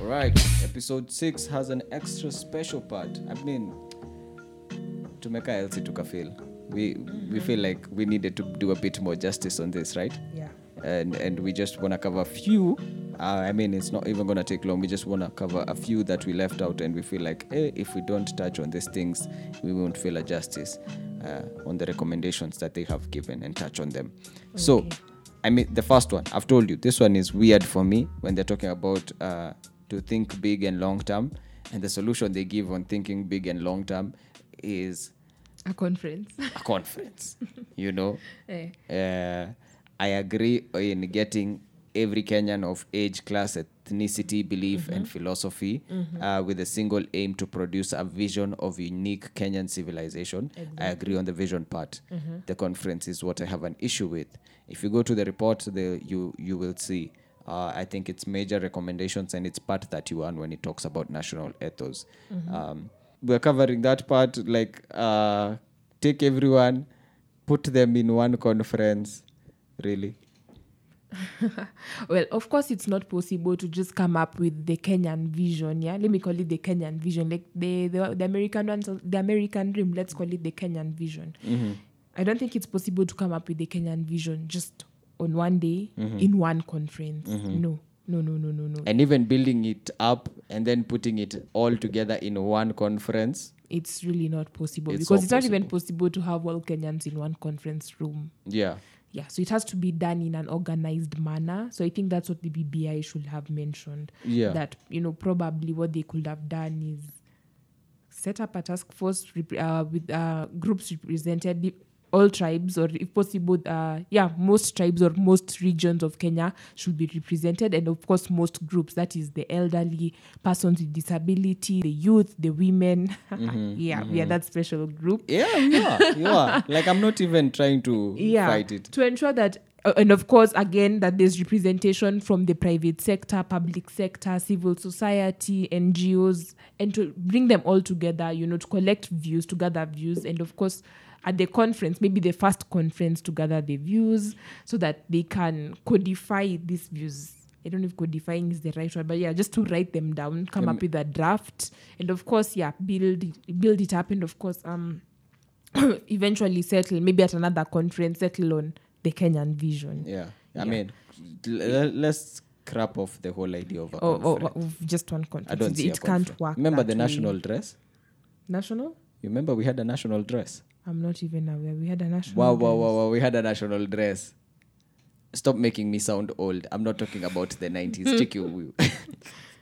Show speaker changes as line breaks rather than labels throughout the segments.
All right, episode 6 has an extra special part. I mean, tumeka elsi tukafeel. We we feel like we needed to do a bit more justice on this, right?
Yeah.
And and we just want to cover a few. Uh, I mean, it's not even going to take long. We just want to cover a few that we left out, and we feel like eh, if we don't touch on these things, we won't feel a justice uh, on the recommendations that they have given and touch on them. So, I mean, the first one I've told you, this one is weird for me when they're talking about uh, to think big and long term, and the solution they give on thinking big and long term is
A conference.
a conference. you know,
Eh.
uh, I agree in getting every Kenyan of age, class, ethnicity, belief, and philosophy uh, with a single aim to produce a vision of unique Kenyan civilization. I agree on the vision part. The conference is what I have an issue with. If you go to the report, the, you, you will see. Uh, I think it's major recommendations and it's part 31 when it talks about national ethos. Um, we're covering that part like uh, take everyone put them in one conference really
well of course it's not possible to just come up with the kenyan vision yeah let me call it the kenyan vision like the the, the american one the american dream let's call it the kenyan vision
Mm-hmm.
i don't think it's possible to come up with the kenyan vision just on one day
Mm-hmm.
in one conference no no no no no no
and even building it up and then putting it all together in one conference
it's really not possible
It's
because
not
it's not even possible to have all kenyans in one conference room
yeah
yeah so it has to be done in an organized manner so i think that's what the bbi should have mentioned
Yeah.
that you know probably what they could have done is set up a task force rep- uh, with uh, groups represented the- all tribes or if possible uh, yeah most tribes or most regions of kenya should be represented and of course most groups that is the elderly persons with disability the youth the women yeah we are that special group
yeah you are you are like i'm not even trying to
yeah,
fight it
to ensure that uh, and of course again that there's representation from the private sector public sector civil society ngos and to bring them all together you know to collect views to gather views and of course at the conference maybe the first conference to gather the views so that they can codify these views I don't know if codifying is the right word, but yeah, just to write them down, come up with a draft, and of course, yeah, build it- build it up, and of course, um, eventually settle maybe at another conference settle on the kenyan vision
yeah i
Yeah.
mean l- l- let's crap off the whole idea of a
or,
conference
or, or just one conference
i don't
Oh, it,
see a
it can't
conference.
work
remember
that
the
way.
national dress
national
you remember we had a national dress
i'm not even aware we had a national
wow wow wow wow we had a national dress stop making me sound old i'm not talking about the 90s check you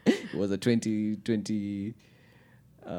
it was a 2020 uh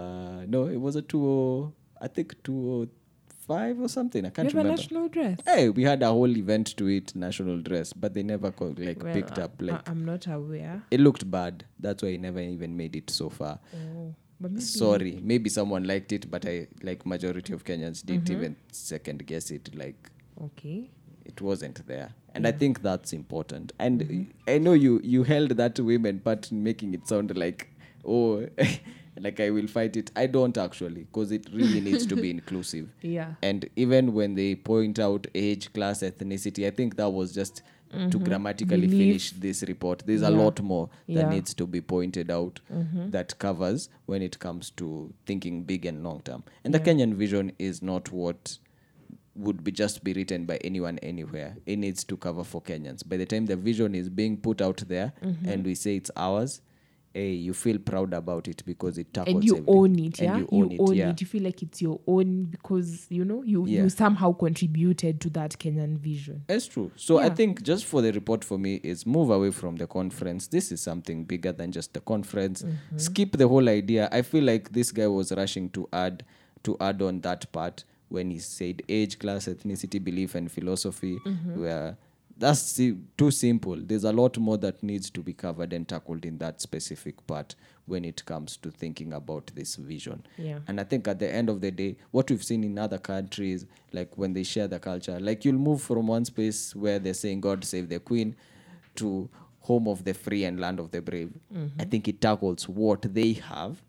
no it was a 20 i think 205 or something i
we
can't
have a
remember
national dress
hey we had a whole event to it national dress but they never co- like
Well, uh,
picked
I-
up like
I, am not aware
it looked bad that's why it never even made it so far
oh but maybe
sorry maybe someone liked it but i like majority of kenyans
Mm-hmm.
didn't even second guess it like
okay
it wasn't there and i think that's important and i know you you held that women part making it sound like oh like i will fight it i don't actually because it really needs to be inclusive
Yeah.
and even when they point out age class ethnicity i think that was just
Mm-hmm.
to grammatically finish this report there's a lot more that
Yeah. Mm-hmm.
needs to be pointed out that covers when it comes to thinking big and long term and the kenyan vision is not what would be just be written by anyone anywhere. It needs to cover for Kenyans. By the time the vision is being put out there
Mm-hmm.
and we say it's ours, eh, you feel proud about it because it tackles
and you
everything.
own it yeah
And you own, it, yeah.
you feel like it's your own because you know you
Yeah.
you somehow contributed to that kenyan vision
That's true. So I
Yeah.
think just for the report for me is move away from the conference. This is something bigger than just the conference.
Mm-hmm.
Skip the whole idea. I feel like this guy was rushing to add to add on that part when he said age, class, ethnicity, belief, and philosophy
Mm-hmm.
were that's si- too simple. There's a lot more that needs to be covered and tackled in that specific part when it comes to thinking about this vision.
Yeah.
And I think at the end of the day, what we've seen in other countries, like when they share the culture, like you'll move from one space where they're saying God save the Queen to home of the free and land of the brave.
Mm-hmm.
I think it tackles what they have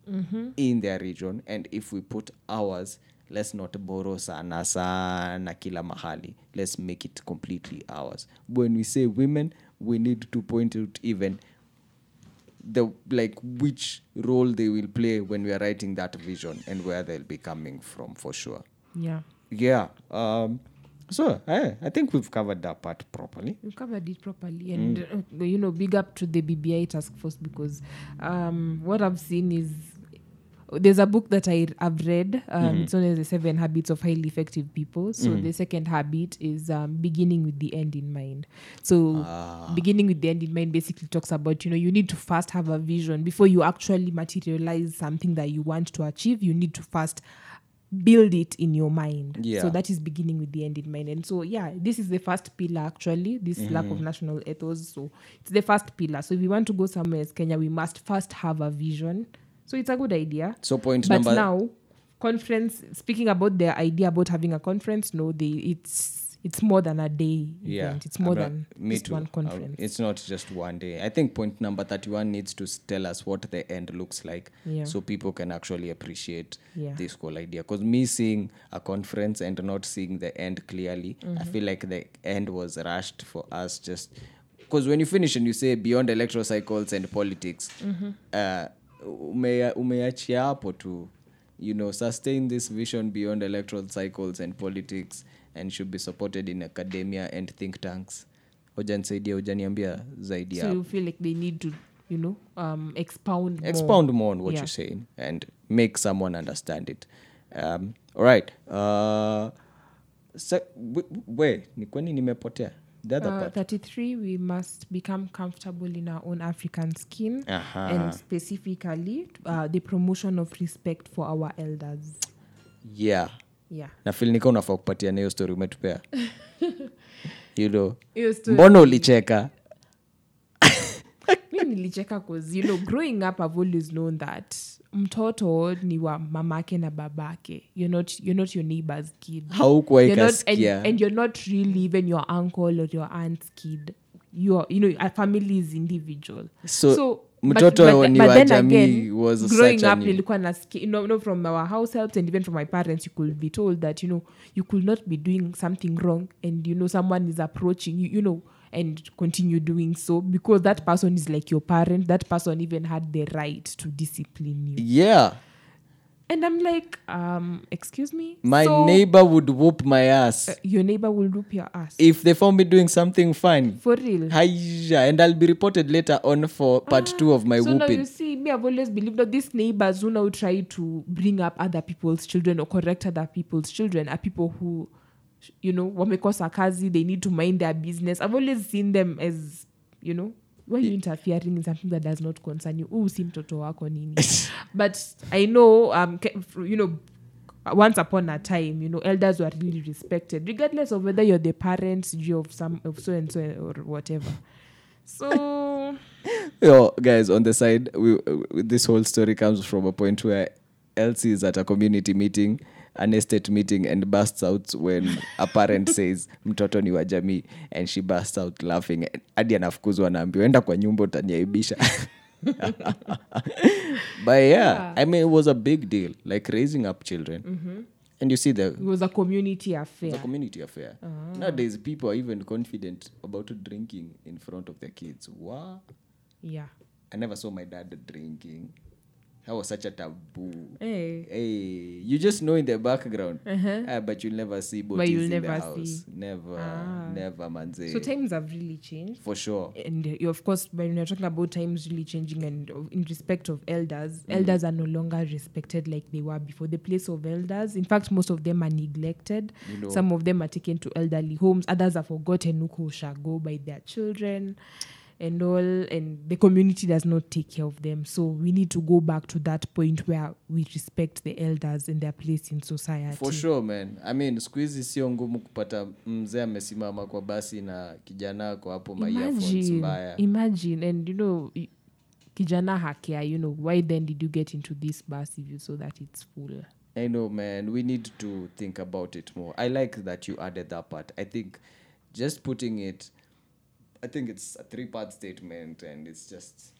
in their region. And if we put ours, let's not borrow sana sana kila mahali. Let's make it completely ours. When we say women, we need to point out even the like which role they will play when we are writing that vision and where they'll be coming from for sure.
Yeah.
Yeah. Um, so eh, I, I think we've covered that part properly.
We've covered it properly, and uh, you know, big up to the BBI task force because um, what I've seen is there's a book that I have read. Um, It's known as the Seven Habits of Highly Effective People. So the second habit is um, beginning with the end in mind. So beginning with the end in mind basically talks about you know you need to first have a vision before you actually materialize something that you want to achieve. You need to first build it in your mind.
Yeah.
So that is beginning with the end in mind. And so, yeah, this is the first pillar actually, this
Mm-hmm.
lack of national ethos. So it's the first pillar. So if we want to go somewhere as Kenya, we must first have a vision. So it's a good idea.
So point
but
number
now, conference, speaking about their idea about having a conference, no, they it's it's more than a day
yeah,
event. It's more
I'm not-
than
me
just
too.
one
I'll-
conference.
it's not just one day. I think point number thirty-one needs to s- tell us what the end looks like,
Yeah.
so people can actually appreciate
Yeah.
this whole idea. Because me seeing a conference and not seeing the end clearly, I feel like the end was rushed for us. Just because when you finish and you say beyond electoral cycles and politics, uh, ume- umeachia hapo tu you know, sustain this vision beyond electoral cycles and politics and should be supported in academia and think tanks. Hoja nisaidia, hoja niambia zaidi
So
hapo.
you feel like they need to, you know, um, expound more.
Expound more on what
Yeah.
you're saying and make someone understand it. Um, all right. Uh, so, w- w- we, ni kwani nimepotea? The other
Uh,
part.
33 we must become comfortable in our own african skin
Aha.
and specifically uh, the promotion of respect for our elders
Yeah.
yeah
Na feel nika unafaa kupatia na hiyo story umetupea. you know.
Hiyo story-
Mbona ulicheka?
mi nilicheka cause you know growing up i've always known that mtoto ni wa mamake na babake you're not, you're not your neighbor's kid
Haukuwahi
You're not- and,
kasikia.
and you're not really even your uncle or your aunt's kid you are, you know a family is individual
So,
but-
mtoto
but-
ni
but
wa
then
jamii
again,
was
growing
such a
up
ni-
nilikuwa nasikia you know, you know, from our house helps and even from my parents you could be told that you know you could not be doing something wrong and you know someone is approaching you you know and continue doing so because that person is like your parent that person even had the right to discipline you
yeah.
and i'm like um excuse me
My
So,
neighbor would whoop my ass
uh, your neighbor will whoop your ass
if they found me doing something fun.
for real
Haija, and I'll be reported later on for part two of my
Ah, so now you
whooping.
see me i've always believed that these neighbors who now try to bring up other people's children or correct other people's children are people who you know wamekosa kazi they need to mind their business i've always seen them as you know why are you interfering in something that does not concern you huu si mtoto wako nini but i know um, ke- you know once upon a time you know elders were really respected regardless of whether you're the parent you of some of so and so or whatever so
Yo, guys, on the side, we, we- this whole story comes from a point where Elsie is at a community meeting, an estate meeting, and bursts out when a parent says, mtoto ni wa jamii, and she bursts out laughing. Hadi anafukuzwa anaambiwa, enda kwa nyumba utaniaibisha. but yeah, I mean, it was a big deal, like raising up children. And you see the
it was a community affair
It's a community affair. Nowadays, people are even confident about drinking in front of their kids. Wow.
yeah
I never saw my dad drinking. That was such a taboo.
hey.
Hey, you just know in the background, Ah, but you'll never see
Uh-huh. But
bodies
you'll
in
never
the house.
see. Ah.
Never, never, manze.
so times have really changed
For sure.
and uh, you- of course when you're talking about times really changing and of- in respect of elders
Mm.
elders are no longer respected like they were before the place of elders in fact most of them are neglected some of them are taken to elderly homes others are forgotten who shall go by their children and all and the community does not take care of them so we need to go back to that point where we respect the elders and their place in society
for sure man i mean siku hizi sio ngumu kupata mzee amesimama kwa basi na kijana ako hapo maearphones
imagine,
mbaya
imagine and you know i- kijana hakia you know why then did you get into this bus if you saw that it's full
I know, man. We need to think about it more. I like that you added that part. I think just putting it, I think it's a three part statement and it's just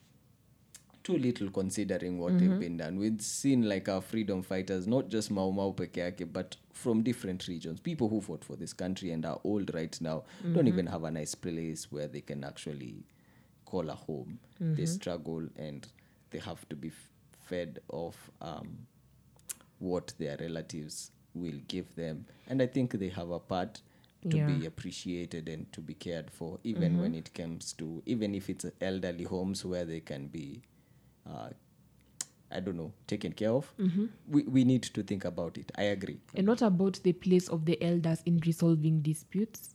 too little considering what they've been done. We've seen like our freedom fighters, not just Mau Mau peke yake, but from different regions. People who fought for this country and are old right now don't even have a nice place where they can actually call a home, they struggle and they have to be f- fed off um, what their relatives will give them. And I think they have a part to
Yeah. Mm-hmm.
be appreciated and to be cared for, even when it comes to, even if it's elderly homes where they can be. Uh, I don't know, taken care of.
Mm-hmm.
We, we need to think about it. I agree.
And what about the place of the elders in resolving disputes?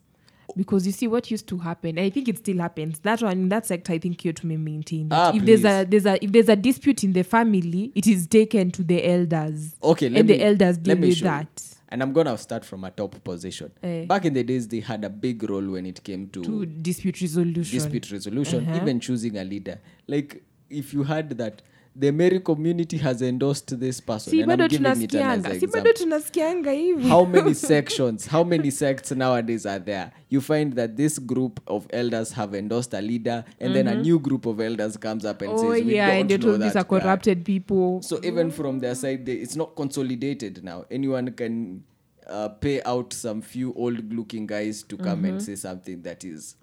Because you see, what used to happen, and I think it still happens. That one, that sector, I think you to maintain that.
Ah,
if there's a there's a if there's a dispute in the family, it is taken to the elders,
Okay, let
and
me,
the elders
let
deal
me
with
show you.
that.
And I'm gonna start from a top position.
Eh.
Back in the days, they had a big role when it came to,
To dispute resolution.
dispute resolution,
Uh-huh.
even choosing a leader. Like if you had that, the Mary community has endorsed this person.
si
and I'm
bado
giving it an as
tunasikianga
an
si bado
example.
tunasikianga hivi
How many sections, how many sects nowadays are there? You find that this group of elders have endorsed a leader, and then a new group of elders comes up and
Mm-hmm. oh
says, We
yeah
don't
and they
know
told these
that
are
guy."
corrupted people
So even from their side, they, it's not consolidated now. Anyone can uh, pay out some few old-looking guys to come
Mm-hmm.
and say something that is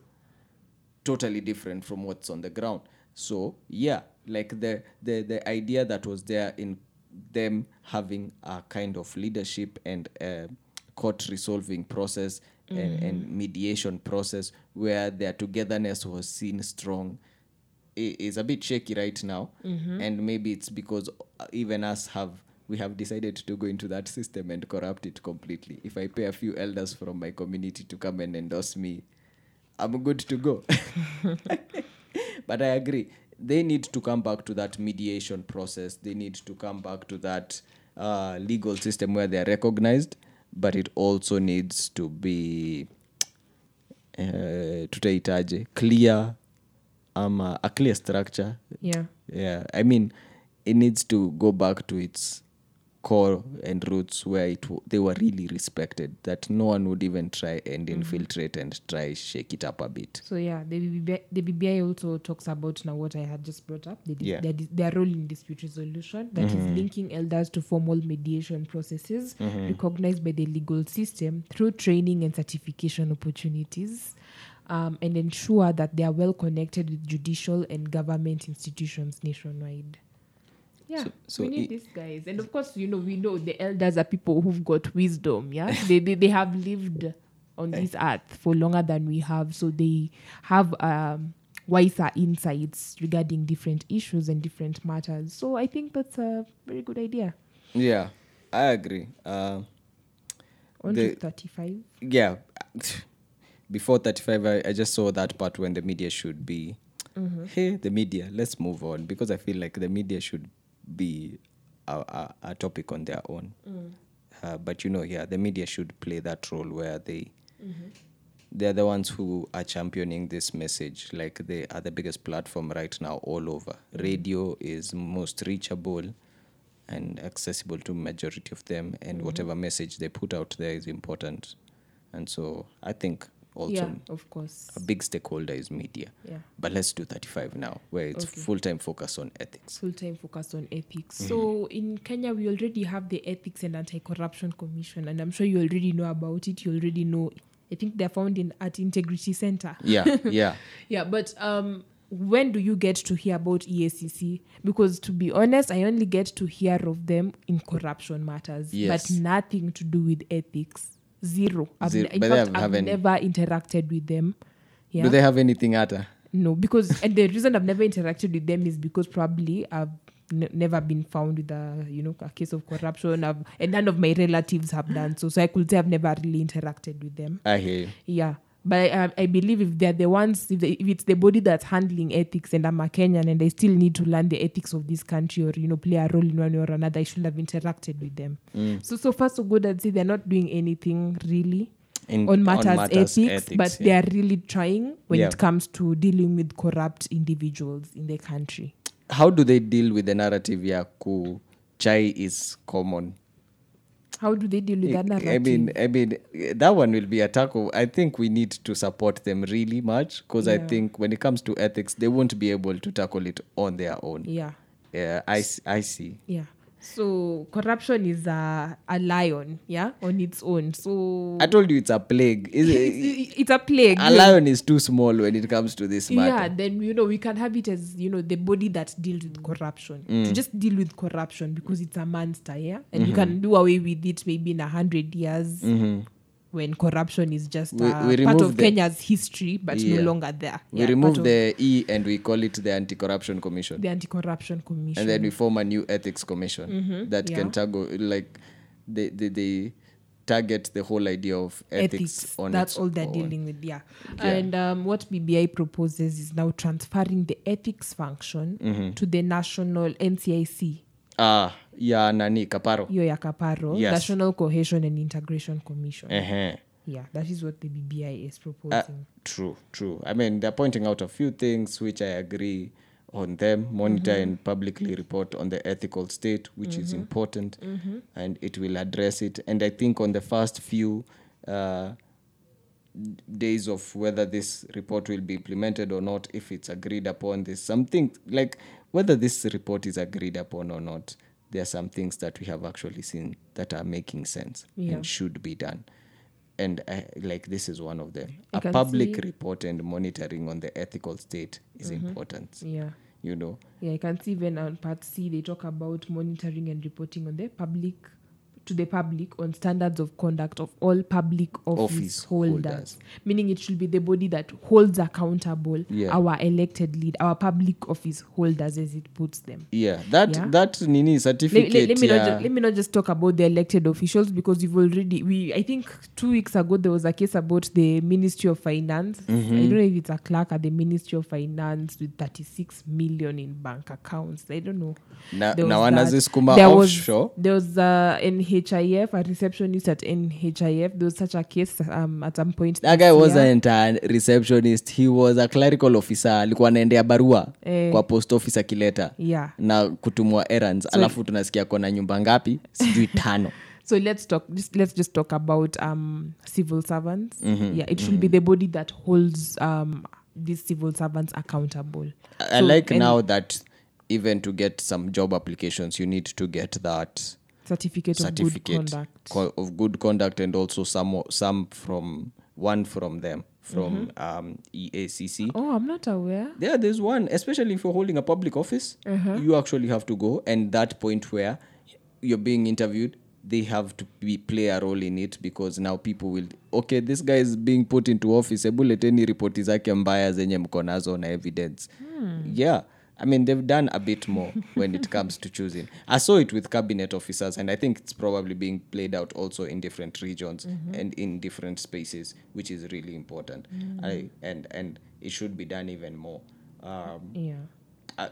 totally different from what's on the ground. So yeah, like the the the idea that was there in them having a kind of leadership and a court resolving process and, and mediation process where their togetherness was seen strong i- is a bit shaky right now and maybe it's because uh, even us have we have decided to go into that system and corrupt it completely if i pay a few elders from my community to come and endorse me i'm good to go but I agree. They need to come back to that mediation process. They need to come back to that uh, legal system where they are recognized, but it also needs to be uh, tutaitaje clear um, a clear structure.
yeah
Yeah, I mean, it needs to go back to its core and roots where it w- they were really respected. That no one would even try and infiltrate and try shake it up a bit.
So yeah, the BBI, the BBI also talks about now what I had just brought up, the, di-
Yeah.
their, dis- their role in dispute resolution that is linking elders to formal mediation processes recognized by the legal system through training and certification opportunities, um, and ensure that they are well connected with judicial and government institutions nationwide. Yeah,
So- so
we need
i-
these guys, and of course, you know, we know the elders are people who've got wisdom. Yeah, they, they they have lived on this earth for longer than we have, so they have um, wiser insights regarding different issues and different matters. So I think that's a very good idea.
Yeah, I agree. Uh,
On
The-
to thirty-five.
yeah before 35 I, I just saw that part when the media should be hey the media let's move on because i feel like the media should be a, a, a topic on their own uh, but you know yeah the media should play that role where they they're the ones who are championing this message like they are the biggest platform right now all over radio is most reachable and accessible to majority of them
Mm-hmm.
and whatever message they put out there is important and so i think also
Yeah, of course.
a big stakeholder is media
Yeah.
but let's do 35 now where it's
Okay.
full-time focus on ethics
full time focused on ethics.
Mm.
So in Kenya, we already have the Ethics and Anti Corruption Commission, and I'm sure you already know about it. You already know. I think they're found in at Integrity Center.
yeah yeah
Yeah, but um, when do you get to hear about E EACC? Because to be honest, I only get to hear of them in corruption matters,
Yes.
but nothing to do with ethics. Zero. I've,
Zero.
ne- in
But they
fact,
have-
I've
haven't-
never interacted with them. Yeah.
do they have anything at
No, because and the reason I've never interacted with them is because probably I've n- never been found with a you know a case of corruption. I've, and none of my relatives have done so, so I could say I've never really interacted with them.
i hear you.
Yeah, but I, I- I believe if they're the ones, if, they, if it's the body that's handling ethics, and I'm a Kenyan and I still need to learn the ethics of this country or you know play a role in one way or another, I should have interacted with them. So so far so good. I'd say they're not doing anything really
In-
on matters, ethics, but
yeah.
they are really trying when
Yeah.
it comes to dealing with corrupt individuals in the country.
how do they deal with the narrative ya ku chai is common
How do they deal with that narrative?
I mean, I mean, eh, that one will be a tackle. I think we need to support them really much because I
Yeah.
think when it comes to ethics, they won't be able to tackle it on their own.
yeah,
Yeah, I, s- I see.
yeah. So corruption is a, a lion, yeah, on its own. So
I told you it's a plague. Is it,
it's, it's a plague.
a lion is too small when it comes to this matter.
Yeah, then you know we can have it as you know the body that deals with corruption
Mm.
to just deal with corruption because it's a monster, yeah, and
Mm-hmm.
you can do away with it maybe in a hundred years when corruption is just
We-
a
we
part
remove
of
the-
Kenya's history, but
Yeah.
no longer there.
We
Yeah,
remove
part of
the E and we call it the Anti-Corruption Commission,
the anti-corruption commission.
and then we form a new Ethics Commission that can
Mm-hmm. yeah.
tackle like they, they they target the whole idea of ethics, on
that's
its
all they're
own.
dealing with yeah,
Yeah.
and um, what bbi proposes is now transferring the ethics function
Mm-hmm.
to the national ncic
Ah, yeah, nani Kaparo.
hiyo ya kaparo
Yes.
national cohesion and integration commission
Uh-huh.
yeah that is what the bbi is
Uh,
proposing
true, true. I mean, they're pointing out a few things which I agree on them. Monitor
Mm-hmm.
and publicly report on the ethical state, which is important,
Mm-hmm.
and it will address it. And I think on the first few uh, days of whether this report will be implemented or not, if it's agreed upon, there's something like whether this report is agreed upon or not. There are some things that we have actually seen that are making sense
Yeah.
and should be done. And I, like this is one of them.
I
a
can
public
see- Mm-hmm.
report and monitoring on the ethical state is important.
yeah
You know,
yeah you can see even on part c they talk about monitoring and reporting on the public to the public on standards of conduct of all public office,
Office
holders,
holders.
meaning it should be the body that holds accountable
Yeah.
our elected lead our public office holders as it puts them
yeah, that
Yeah.
that nini
let,
certificate.
let, let me
yeah.
not just, let me not just talk about the elected officials because you've already we I think two weeks ago there was a case about the Ministry of Finance.
Mm-hmm.
I don't know if it's a clerk at the Ministry of Finance with 36 million in bank accounts. I don't know.
Na-
There was
na
that.
wanaziskuma
There
offshore.
Was, there was uh, NHIF, a receptionist at NHIF. There was such a case um, at some point.
that
this
guy
year.
wasn't a receptionist he was a clerical officer alikuwa anaendea barua
Eh.
kwa post office akileta
Yeah.
na kutumwa errands alafu tunasikia kona nyumba ngapi sijui tano
So let's talk. Just, let's just talk about um, civil servants.
Mm-hmm.
Yeah, it should be the body that holds um, these civil servants accountable.
I- i
So-
like
and
now that even to get some job applications you need to get that
certificate,
certificate
of good conduct.
co- of good conduct and also some some from one from them from
Mm-hmm.
um, eacc
Oh, I'm not aware.
Yeah, there's one, especially if you're holding a public office, you actually have to go. And that point where you're being interviewed, they have to be, play a role in it because now people will, okay, this guy is being put into office. Hebu leteni ripoti zake mbaya zenye mko nazo na evidence. Yeah. I mean, they've done a bit more when it comes to choosing. I saw it with cabinet officers, and I think it's probably being played out also in different regions and in different spaces, which is really important. I, and and it should be done even more. Um,
Yeah.
uh,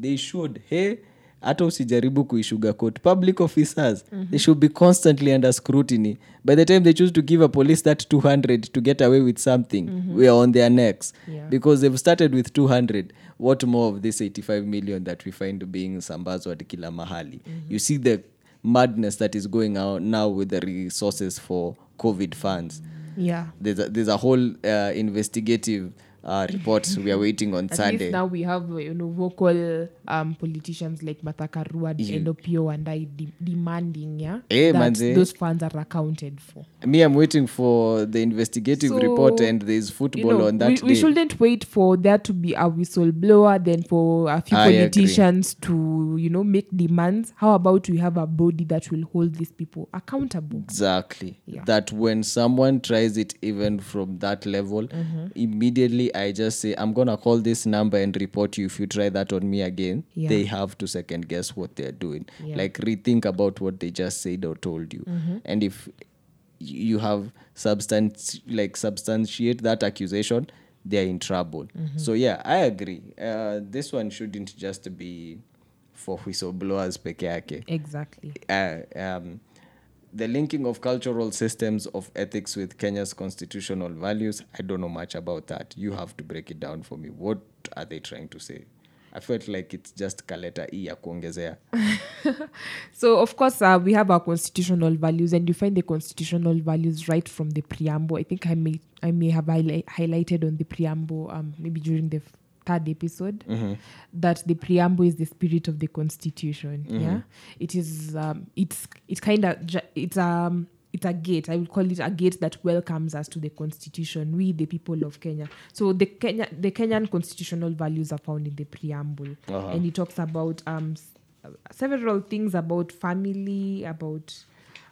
they should hey hata usijaribu kuishugarcoat public officers
Mhm.
they should be constantly under scrutiny by the time they choose to give a police that 200 to get away with something we are on their necks
Mhm. Yeah.
because they've started with 200 what more of this 85 million that we find being sambazwa at kila mahali
Mhm.
you see the madness that is going on now with the resources for covid funds
Yeah.
there's a, there's a whole uh, investigative uh, report we are waiting on
At
sunday
least now we have uh, you know vocal um, politicians like Martha Karua and Opio and I de- demanding yeah
Eh,
that
manze.
those funds are accounted for.
me i'm waiting for the investigative
So,
report and there's
You
football
know,
on that
we,
day
we shouldn't wait for there to be a whistleblower, then for a few
I agree.
politicians to, you know, make demands. How about we have a body that will hold these people accountable?
exactly
Yeah.
that when someone tries it even from that level
Mm-hmm.
immediately i just say i'm gonna call this number and report you if you try that on me again
Yeah.
they have to second guess what they're doing
Yeah. Mm-hmm.
like rethink about what they just said or told you and if you have substance like substantiate that accusation they're in trouble
Mm-hmm.
so yeah i agree uh, this one shouldn't just be for whistleblowers peke yake
Exactly.
uh, um, the linking of cultural systems of ethics with Kenya's constitutional values. I don't know much about that. You have to break it down for me. What are they trying to say? I felt like it's just kaleta e ya kuongezea.
So, of course, uh, we have our constitutional values, and you find the constitutional values right from the preamble. I think I may I may have highli- highlighted on the preamble um, maybe during the f- third episode that the preamble is the spirit of the constitution yeah it is um, it's it's kind of ju- it's um it's a gate i will call it a gate that welcomes us to the constitution we the people of kenya so the kenya the kenyan constitutional values are found in the preamble and it talks about um s- uh, several things about family about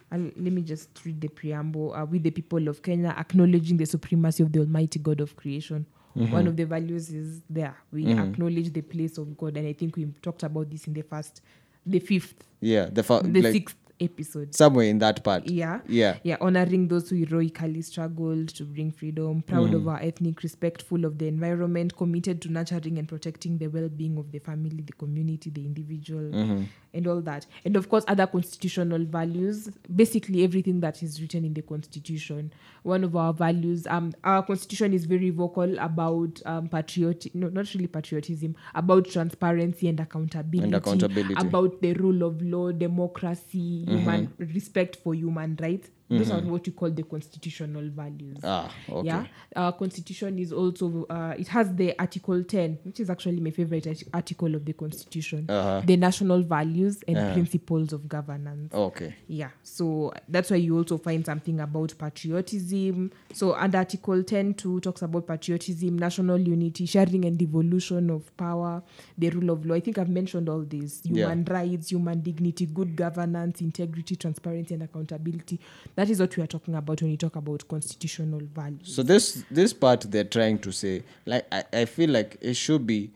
and let me just read the preamble. Uh, with the people of Kenya acknowledging the supremacy of the Almighty God of creation. One of the values is there. We acknowledge the place of God, and I think we talked about this in the first, the fifth,
yeah the, fa-
the
Uh, like,
sixth episode.
somewhere in that part
Yeah.
yeah
Yeah, honoring those who heroically struggled to bring freedom, proud of our ethnic, respectful of the environment, committed to nurturing and protecting the well being of the family, the community, the individual, and all that. And of course, other constitutional values, basically everything that is written in the constitution. One of our values, um, our constitution is very vocal about um, patriotic, no, not really patriotism, about transparency and accountability,
accountability.
about the rule of law, democracy,
Mm-hmm.
human respect for human rights. Those are what you call the constitutional values.
ah okay
Yeah, our constitution is also uh, it has the Article Ten, which is actually my favorite art- article of the constitution,
Uh-huh.
the national values and principles of governance.
okay
Yeah, so that's why you also find something about patriotism. So, under Article 10 too talks about patriotism, national unity, sharing and devolution of power, the rule of law. I think I've mentioned all these
Yeah.
human rights, human dignity, good governance, integrity, transparency, and accountability. That is what we are talking about when we talk about constitutional values.
So this this part they're trying to say, like I, I feel like it should be,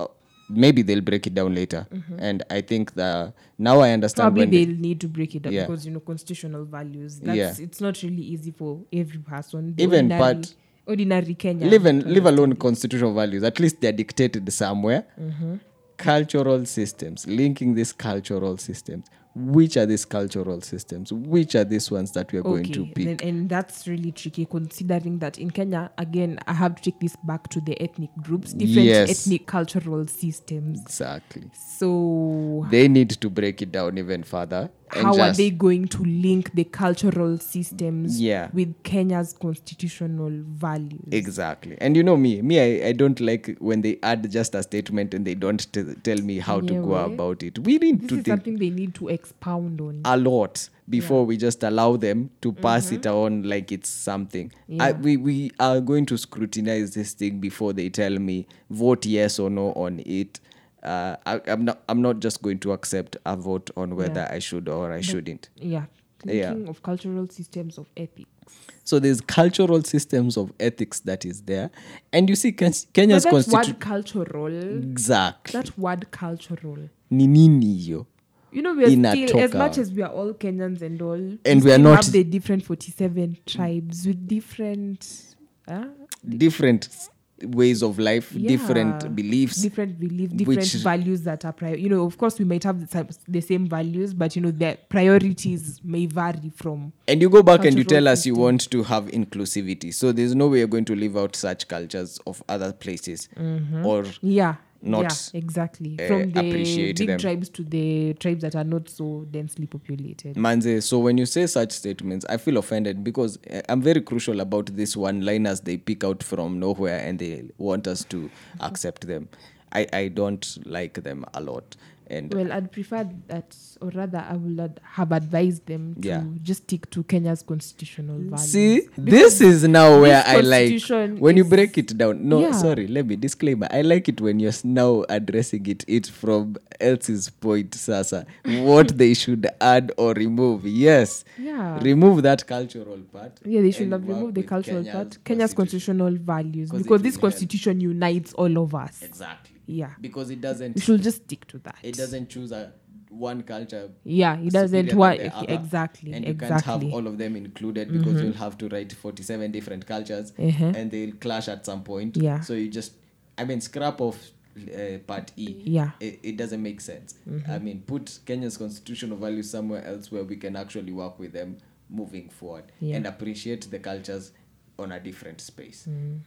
uh, maybe they'll break it down later, and I think that now I understand
Mm-hmm. Probably
when they-
they'll need to break it up
Yeah.
because you know constitutional values. That's it's not really easy for every person. The
Even
ordinary,
part-
ordinary Kenyan.
leave and leave alone constitutional values. At least they're dictated somewhere.
Mm-hmm.
Cultural systems, linking these cultural systems. Which are these cultural systems? Which are these ones that we are going to pick?
then- and that's really tricky considering that in Kenya, again, I have to take this back to the ethnic groups, different
Yes.
ethnic cultural systems.
Exactly.
So,
They need to break it down even further. and
how are
just-
they going to link the cultural systems
Yeah. Eh,
with Kenya's constitutional values?
Exactly. And you know me, me, I, I don't like when they add just a statement and they don't t- tell me how to
Yeah,
go
well,
about it. We need
This
to Ah.
is
think
something they need to expound on.
a lot before we just allow them to pass it on like it's something. I,
Mm-hmm. Yeah.
we, we are going to scrutinize this thing before they tell me vote yes or no on it. Uh, I, I'm not. I'm not just going to accept a vote on whether I should or I shouldn't.
yeah.
Yeah.
Thinking of cultural systems of ethics.
So there's cultural systems of ethics that is there, and you see Ken-
But
Kenya's
that
constitution.
word cultural,
Exactly.
that word cultural.
ni nini hiyo
You know, we are still, as
Inatoka.
much as we are all Kenyans and all, and
we are not-
have the different 47 tribes with different, uh,
different s- ways of life
Yeah.
different beliefs
different beliefs,
Which
different
is-
values that are prior. You know, of course, we might have the, same- the same values, but you know, their priorities may vary from.
and you go back and you
Cultural
tell us you want to have inclusivity so there's no way you're going to leave out such cultures of other places or
Yeah.
Not,
yeah, exactly.
eh,
From the
appreciate
big
them.
tribes to the tribes that are not so densely populated.
manze so when you say such statements i feel offended because eh, i'm very crucial about this one liners they pick out from nowhere and they want us to accept them i, I don't like them a lot and
Well, I'd prefer that, or rather, I would ad- have advised them to
Yeah.
just stick to Kenya's constitutional values.
See, this is now where I like
constitution
when you
is-
break it down. No,
Yeah.
sorry, let me disclaimer. I like it when you're s- now addressing it it from else's point, Sasa. What they should add or remove. Yes.
Yeah.
Remove that cultural part.
Yeah, they should
and
have
work
removed the
with
cultural
Kenya's
part. Kenya's constitutional values
'Cause it
because this
will help.
constitution unites all of us.
Exactly.
Yeah.
Because it
We
doesn't
should just stick to that.
it doesn't choose a one culture
yeah, it doesn't
superior
work.
than the other,
Exactly.
and you can't have
Exactly. Mm-hmm.
all of them included because you'll have to write 47 different cultures
Uh-huh.
and they'll clash at some point
Yeah.
so you just i mean scrap off uh, part e
Yeah. Mm-hmm.
it, it doesn't make sense i mean put kenya's constitutional values somewhere else where we can actually work with them moving forward
Yeah.
and appreciate the cultures on a different space
Mm.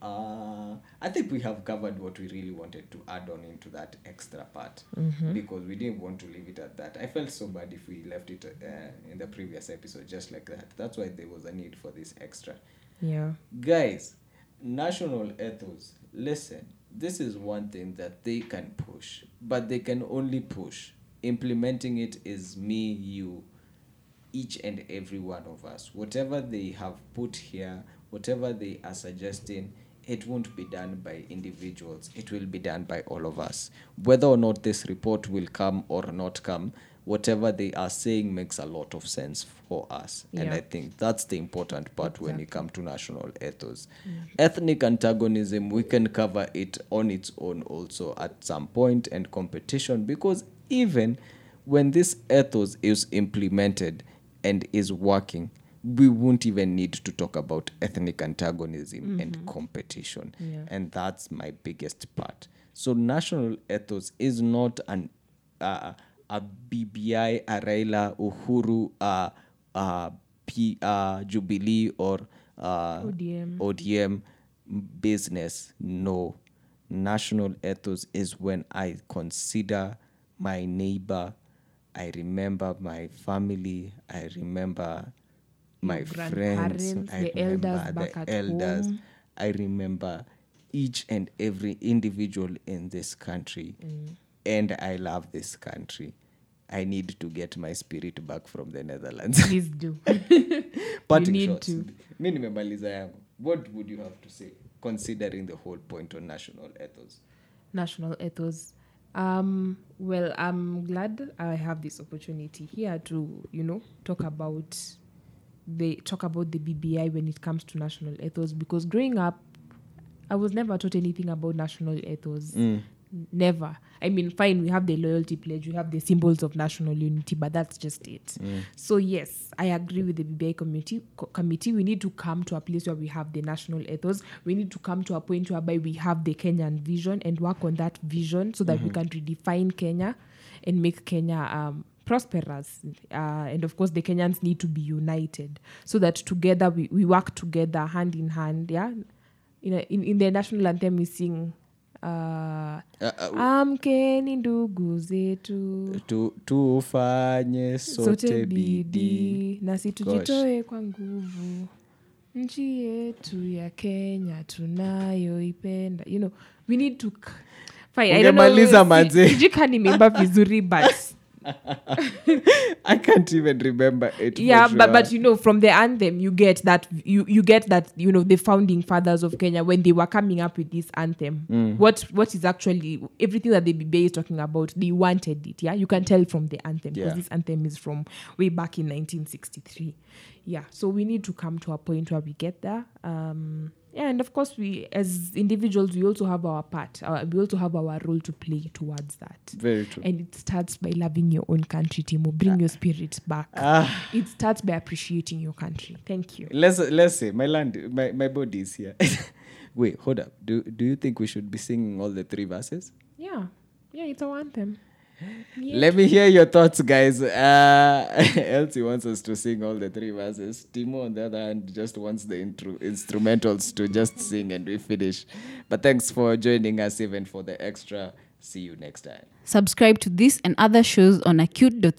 uh, I think we have covered what we really wanted to add on into that extra part
Mm-hmm.
because we didn't want to leave it at that. I felt so bad if we left it uh, in the previous episode just like that. That's why there was a need for this extra.
Yeah.
Guys, national ethos, listen, this is one thing that they can push, but they can only push. Implementing it is me, you, each and every one of us. Whatever they have put here, whatever they are suggesting, it won't be done by individuals. It will be done by all of us. Whether or not this report will come or not come, whatever they are saying makes a lot of sense for us. And
Yeah.
I think that's the important part when you come to national ethos. Ethnic antagonism, we can cover it on its own also at some point and competition because even when this ethos is implemented and is working, we won't even need to talk about ethnic antagonism and competition.
Mm-hmm. Yeah.
And that's my biggest part. So, national ethos is not an uh, a BBI, a Raila, Uhuru, uh, uh, P, uh, Jubilee, or uh,
Oh ODM.
ODM business. No. National ethos is when I consider my neighbor, I remember my family, I remember my friends,
grandparents,
I
the
remember
elders back
the
at
elders.
home.
I remember each and every individual in this country,
Mm.
and I love this country. I need to get my spirit back from the Netherlands.
Please do.
Parting
need
shots.
to.
Mi nimemaliza yangu. What would you have to say considering the whole point on national ethos?
national ethos. Um, well, I'm glad I have this opportunity here to, you know, talk about the talk about the BBI when it comes to national ethos because growing up, I was never taught anything about national ethos. Never. I mean, fine, we have the loyalty pledge, we have the symbols of national unity, but that's just it. So yes, I agree with the BBI committee. Co- committee, we need to come to a place where we have the national ethos. We need to come to a point whereby we have the Kenyan vision and work on that vision so that we can redefine Kenya and make Kenya um, prosperous. Uh, and of course, the Kenyans need to be united so that together we, we work together hand in hand. Yeah, in, a, in in the national anthem we sing. Uh,
Uh, uh,
amkeni ndugu zetu
tu, tufanye sote,
sote
bidii
bidii na situjitoe kwa nguvu nchi yetu ya kenya tunayoipenda you know we need to c- Fine, I don't know,
Ungemaliza
si-
manze.
sijui ka nimeimba vizuri but
I can't even remember it. for
yeah but,
sure.
but you know from the anthem you get that you, you get that you know the founding fathers of kenya when they were coming up with this anthem
Mm.
what what is actually everything that the bba is talking about they wanted it yeah you can tell from the anthem because
Yeah.
this anthem is from way back in 1963 yeah so we need to come to a point where we get there um yeah, and of course, we as individuals, we also have our part. Uh, we also have our role to play towards that.
very true.
And it starts by loving your own country, Timo. Bring your spirit back. It starts by appreciating your country. Thank you.
Ah, Let's let's say my land, my, my body is here. Wait, hold up. Do do you think we should be singing all the three verses?
Yeah. Yeah, it's our anthem. Yeah.
Let me hear your thoughts, guys. Uh, Elsie wants us to sing all the three verses. Timo, on the other hand, just wants the intro instrumentals to just sing and we finish. But thanks for joining us, even for the extra. See you next time.
Subscribe to this and other shows on acute.co.ke.